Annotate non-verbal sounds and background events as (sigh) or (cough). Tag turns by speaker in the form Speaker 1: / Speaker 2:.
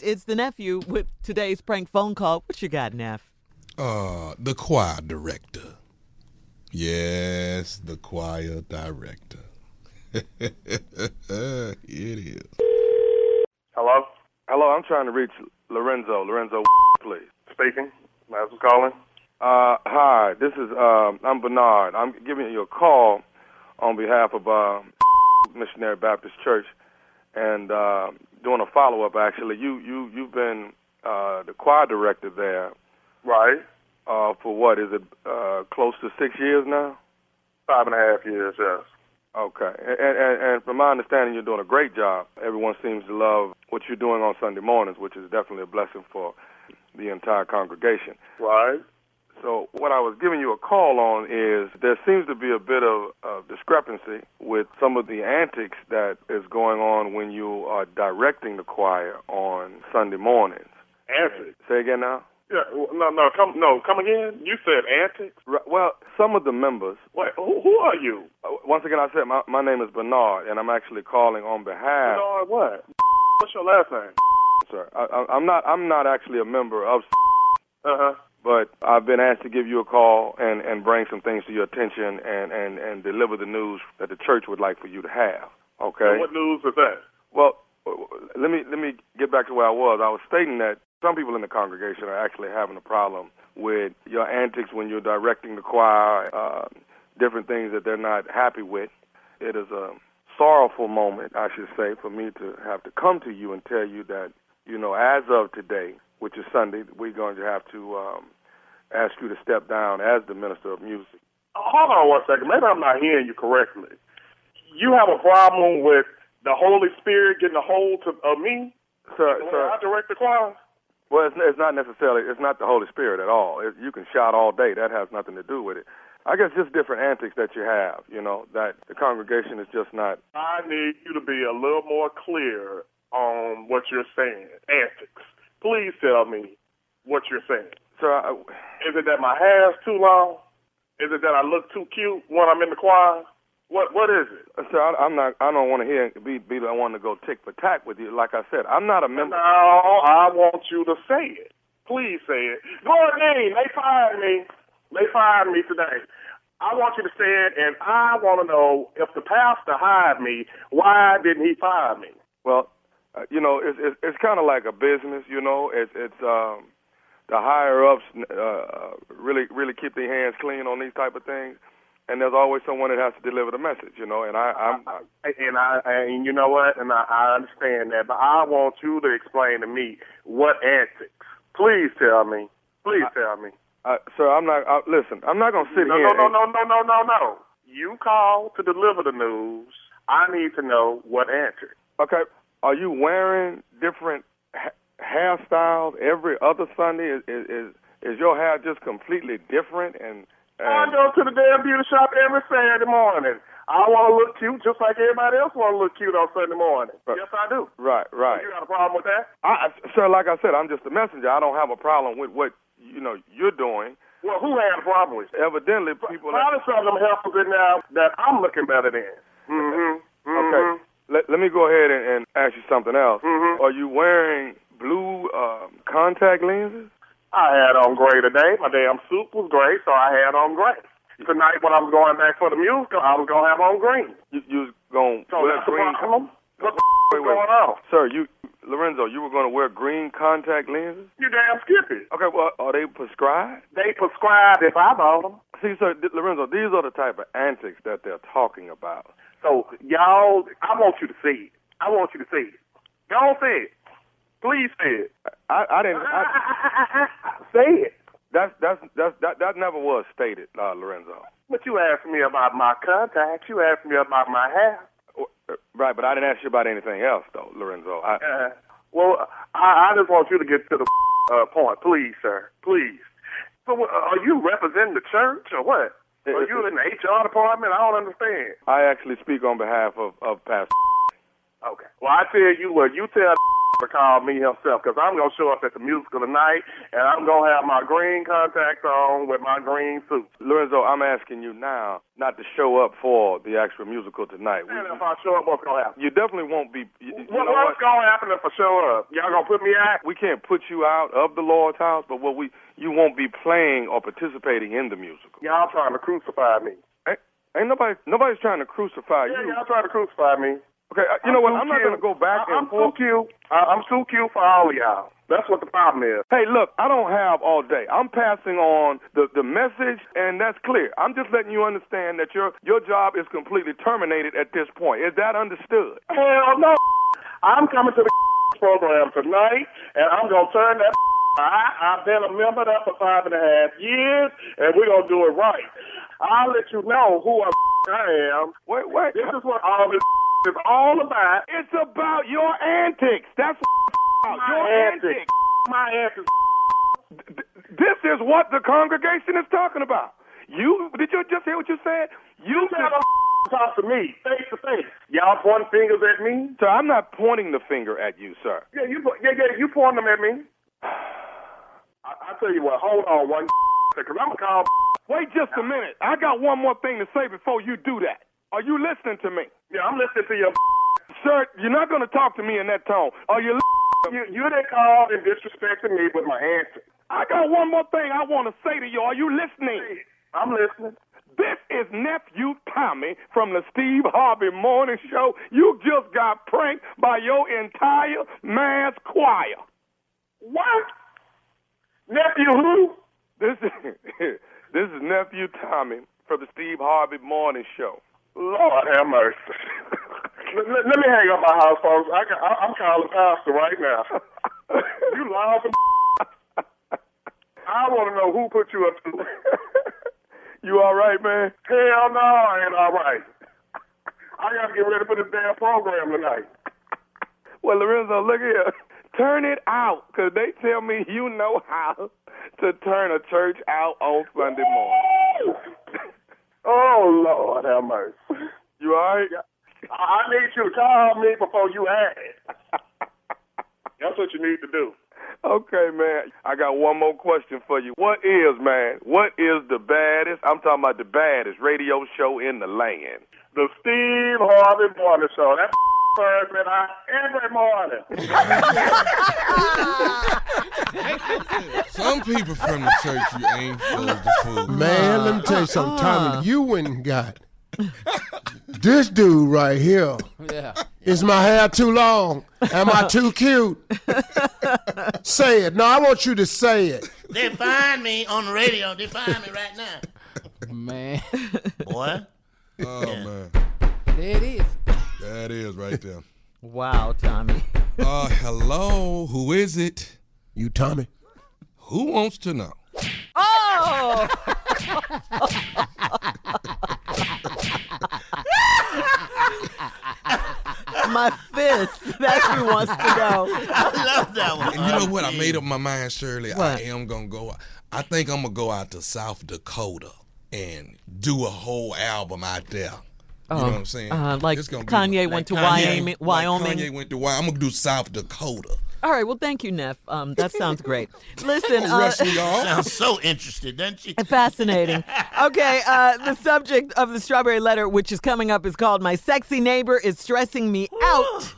Speaker 1: It's the nephew with today's prank phone call. What you got, Neff?
Speaker 2: Uh, the choir director. Yes, the choir director. (laughs) it is.
Speaker 3: Hello? Hello, I'm trying to reach Lorenzo. Lorenzo, (laughs) please.
Speaker 4: Speaking. That's what's calling.
Speaker 3: Uh, hi, this is, um, I'm Bernard. I'm giving you a call on behalf of uh, (laughs) Missionary Baptist Church and uh, doing a follow-up, actually. You, you, you've been uh, the choir director there
Speaker 4: Right.
Speaker 3: uh, for what, is it uh, close to six years now?
Speaker 4: Five and a half years, yes.
Speaker 3: Okay. And, and, and from my understanding, you're doing a great job. Everyone seems to love what you're doing on Sunday mornings, which is definitely a blessing for the entire congregation.
Speaker 4: Right.
Speaker 3: So what I was giving you a call on is there seems to be a bit of, of discrepancy with some of the antics that is going on when you are directing the choir on Sunday mornings.
Speaker 4: Antics.
Speaker 3: Say again now.
Speaker 4: Yeah. w- No, no, come, no, come again. You said antics.
Speaker 3: Right, well, some of the members.
Speaker 4: Wait, who, who are you?
Speaker 3: uh, Once again, I said my, my name is Bernard, and I'm actually calling on behalf.
Speaker 4: Bernard what? What's your last name?
Speaker 3: Sir, I, I, I'm not. I'm not actually a member of,
Speaker 4: Uh huh.
Speaker 3: but I've been asked to give you a call and and bring some things to your attention and and and deliver the news that the church would like for you to have. Okay.
Speaker 4: What news is that?
Speaker 3: Well, w- w- let me let me get back to where I was. I was stating that some people in the congregation are actually having a problem with your antics when you're directing the choir, uh, different things that they're not happy with. It is a sorrowful moment, I should say, for me to have to come to you and tell you that you know, as of today, which is Sunday, we're going to have to um, ask you to step down as the minister of music.
Speaker 4: Uh, Hold on one second. Maybe I'm not hearing you correctly. You have a problem with the Holy Spirit getting a hold to, of me?
Speaker 3: Sir,
Speaker 4: The way
Speaker 3: sir,
Speaker 4: I direct the choir?
Speaker 3: Well, it's, it's not necessarily it's not the Holy Spirit at all. It, you can shout all day; that has nothing to do with it. I guess just different antics that you have, you know, that the congregation is just not.
Speaker 4: I need you to be a little more clear on what you're saying. Antics. Please tell me what you're saying.
Speaker 3: So, I,
Speaker 4: Is it that my hair's too long? Is it that I look too cute when I'm in the choir? What what is it?
Speaker 3: so I, I'm not. I don't want to hear be be the one to go tick for tack with you. Like I said, I'm not a member.
Speaker 4: No, I want you to say it. Please say it. Gordon, Dean, they fired me. They fired me today. I want you to say it, and I want to know if the pastor hired me, why didn't he fire me?
Speaker 3: Well, uh, you know, it's it's, it's kind of like a business. You know, it's it's um, the higher ups uh, really really keep their hands clean on these type of things, and there's always someone that has to deliver the message. You know, and I, I'm. I,
Speaker 4: And I and you know what? And I, I understand that, but I want you to explain to me what antics. Please tell me. Please tell me.
Speaker 3: Uh, sir, I'm not. Uh, listen, I'm not gonna sit
Speaker 4: No,
Speaker 3: here.
Speaker 4: no, no,
Speaker 3: and-
Speaker 4: no, no, no, no, no. You call to deliver the news. I need to know what answer.
Speaker 3: Okay, are you wearing different ha- hairstyles every other Sunday? Is, is is is your hair just completely different? And,
Speaker 4: I
Speaker 3: and
Speaker 4: go to the damn beauty shop every Saturday morning. I want to look cute just like everybody else want to look cute on Sunday morning.
Speaker 3: But-
Speaker 4: yes, I do.
Speaker 3: right, right.
Speaker 4: You got a problem with that?
Speaker 3: I, I- sir, like I said, I'm just a messenger. I don't have a problem with what you know you're doing.
Speaker 4: Well, who had a problem with it?
Speaker 3: Evidently, people.
Speaker 4: Probably some of them helpers in now that I'm looking better than. Mm-hmm.
Speaker 3: okay, let, let me go ahead and, and ask you something else.
Speaker 4: Mhm.
Speaker 3: Are you wearing blue um, contact lenses?
Speaker 4: I had on gray today. My damn suit was gray, so I had on gray. Tonight, when I'm going back for the musical, I was gonna have on green.
Speaker 3: You, you going
Speaker 4: So
Speaker 3: wear
Speaker 4: that's
Speaker 3: green?
Speaker 4: a problem. What the f- is
Speaker 3: Wait, wait.
Speaker 4: going on?
Speaker 3: Sir, you Lorenzo, you were going to wear green contact lenses.
Speaker 4: You damn skippy.
Speaker 3: Okay, well, are they prescribed?
Speaker 4: They prescribed if I bought them.
Speaker 3: See, sir, th- Lorenzo, these are the type of antics that they're talking about.
Speaker 4: So y'all, I want you to see it. I want you to see it. Don't say it. Please say it.
Speaker 3: I, I didn't. I,
Speaker 4: say it.
Speaker 3: that's that's that's that, that never was stated, uh, Lorenzo.
Speaker 4: But you asked me about my contacts. You asked me about my hair.
Speaker 3: W- uh, Right, but I didn't ask you about anything else, though, Lorenzo. I,
Speaker 4: Uh, (laughs) well, I, I just want you to get to the (laughs) uh, point, please, sir. Please. So, uh, are you representing the church or what? Are you in the HR department? I don't understand.
Speaker 3: I actually speak on behalf of of Pastor.
Speaker 4: Okay. Well, I tell (laughs) you what, you tell to call me himself because I'm gonna show up at the musical tonight and I'm gonna have my green contacts on with my green suit.
Speaker 3: Lorenzo, I'm asking you now not to show up for the actual musical tonight.
Speaker 4: And if I show up, what's gonna happen?
Speaker 3: You definitely won't be. You, you
Speaker 4: What,
Speaker 3: know
Speaker 4: what's
Speaker 3: what?
Speaker 4: gonna happen if I show up? Y'all gonna put me out?
Speaker 3: We can't put you out of the Lord's house, but what we you won't be playing or participating in the musical.
Speaker 4: Y'all trying to crucify me?
Speaker 3: Ain't, ain't nobody nobody's trying to crucify
Speaker 4: Yeah,
Speaker 3: you.
Speaker 4: y'all trying to crucify me?
Speaker 3: Okay, uh, you know what?
Speaker 4: too
Speaker 3: I'm not
Speaker 4: cute.
Speaker 3: going to go back
Speaker 4: I,
Speaker 3: and
Speaker 4: I'm
Speaker 3: forth.
Speaker 4: too cute. I, I'm too cute for all of y'all. That's what the problem is.
Speaker 3: Hey, look, I don't have all day. I'm passing on the, the message, and that's clear. I'm just letting you understand that your your job is completely terminated at this point. Is that understood?
Speaker 4: Hell no. I'm coming to the program tonight, and I'm gonna turn that. I, I've been a member of that for five and a half years, and we're gonna do it right. I'll let you know who (laughs) I am.
Speaker 3: Wait, wait.
Speaker 4: This is what all this (laughs) is all about.
Speaker 3: It's about your antics. That's about your antics.
Speaker 4: My antics.
Speaker 3: This is what the congregation is talking about. You did you just hear what you said? You
Speaker 4: Y'all don't talk to me face to face. Y'all pointing fingers at me.
Speaker 3: sir, I'm not pointing the finger at you, sir.
Speaker 4: Yeah, you po- yeah, yeah, you pointing them at me. I, I tell you what, hold on one (laughs) because I'm gonna call. (laughs)
Speaker 3: Wait just a minute. I got one more thing to say before you do that. Are you listening to me?
Speaker 4: Yeah, I'm listening to your. (laughs)
Speaker 3: Sir, you're not going to talk to me in that tone. Are you?
Speaker 4: You you done called and disrespected me with my answer.
Speaker 3: I got one more thing I want to say to you. Are you listening?
Speaker 4: I'm listening.
Speaker 3: This is nephew Tommy from the Steve Harvey Morning Show. You just got pranked by your entire man's choir.
Speaker 4: What? Nephew who?
Speaker 3: This is (laughs) this is nephew Tommy from the Steve Harvey Morning Show.
Speaker 4: Lord have mercy. (laughs) let, let- let me hang up my house phone. I, ca- I, I'm calling pastor right now. (laughs) You lying for (laughs) I want to know who put you up to. (laughs)
Speaker 3: you all right, man?
Speaker 4: Hell no, I ain't all right. (laughs) I got to get ready for this damn program tonight.
Speaker 3: Well, Lorenzo, look here. (laughs) Turn it out, 'cause they tell me you know how to turn a church out on Sunday morning.
Speaker 4: Oh, Lord have mercy.
Speaker 3: You all right?
Speaker 4: I I need you to call me before you ask. (laughs) That's what you need to do.
Speaker 3: Okay, man. I got one more question for you. What is, man, what is the baddest, I'm talking about the baddest radio show in the land?
Speaker 4: The Steve Harvey Morning Show. That (laughs) bird man I every morning.
Speaker 2: Some people from the church you ain't supposed to fool.
Speaker 5: Man, let me tell you something, Tommy. You went and got (laughs) this dude right here.
Speaker 6: Yeah.
Speaker 5: Is my hair too long? Am I too cute? say it. No, I want you to say it.
Speaker 7: They find me on the radio. They find me right now.
Speaker 6: Man.
Speaker 7: Boy.
Speaker 2: Oh man,
Speaker 6: There it is.
Speaker 2: that is right there.
Speaker 1: Wow, Tommy.
Speaker 2: Uh, hello, who is it?
Speaker 5: You, Tommy.
Speaker 2: Who wants to know?
Speaker 1: Oh! (laughs) My fist. That's who wants to know.
Speaker 7: I love that one.
Speaker 2: And you know what? I made up my mind, Shirley.
Speaker 1: What?
Speaker 2: I am gonna go. I think I'm gonna go out to South Dakota and do a whole album out there. You know what I'm saying?
Speaker 1: Uh, like
Speaker 2: It's gonna be-
Speaker 1: Kanye went to
Speaker 2: Kanye-
Speaker 1: Wyoming.
Speaker 2: like
Speaker 1: Wyoming.
Speaker 2: Kanye went to Wyoming. I'm gonna do South Dakota.
Speaker 1: All right. Well, thank you, Neff. Um, that sounds
Speaker 2: (laughs)
Speaker 1: great. Listen, uh,
Speaker 2: Rush me off.
Speaker 7: Sounds so interested, doesn't you?
Speaker 1: (laughs) fascinating. Okay, uh, the
Speaker 2: (gasps)
Speaker 1: subject of the strawberry letter, which is coming up, is called "My Sexy Neighbor Is Stressing Me Out."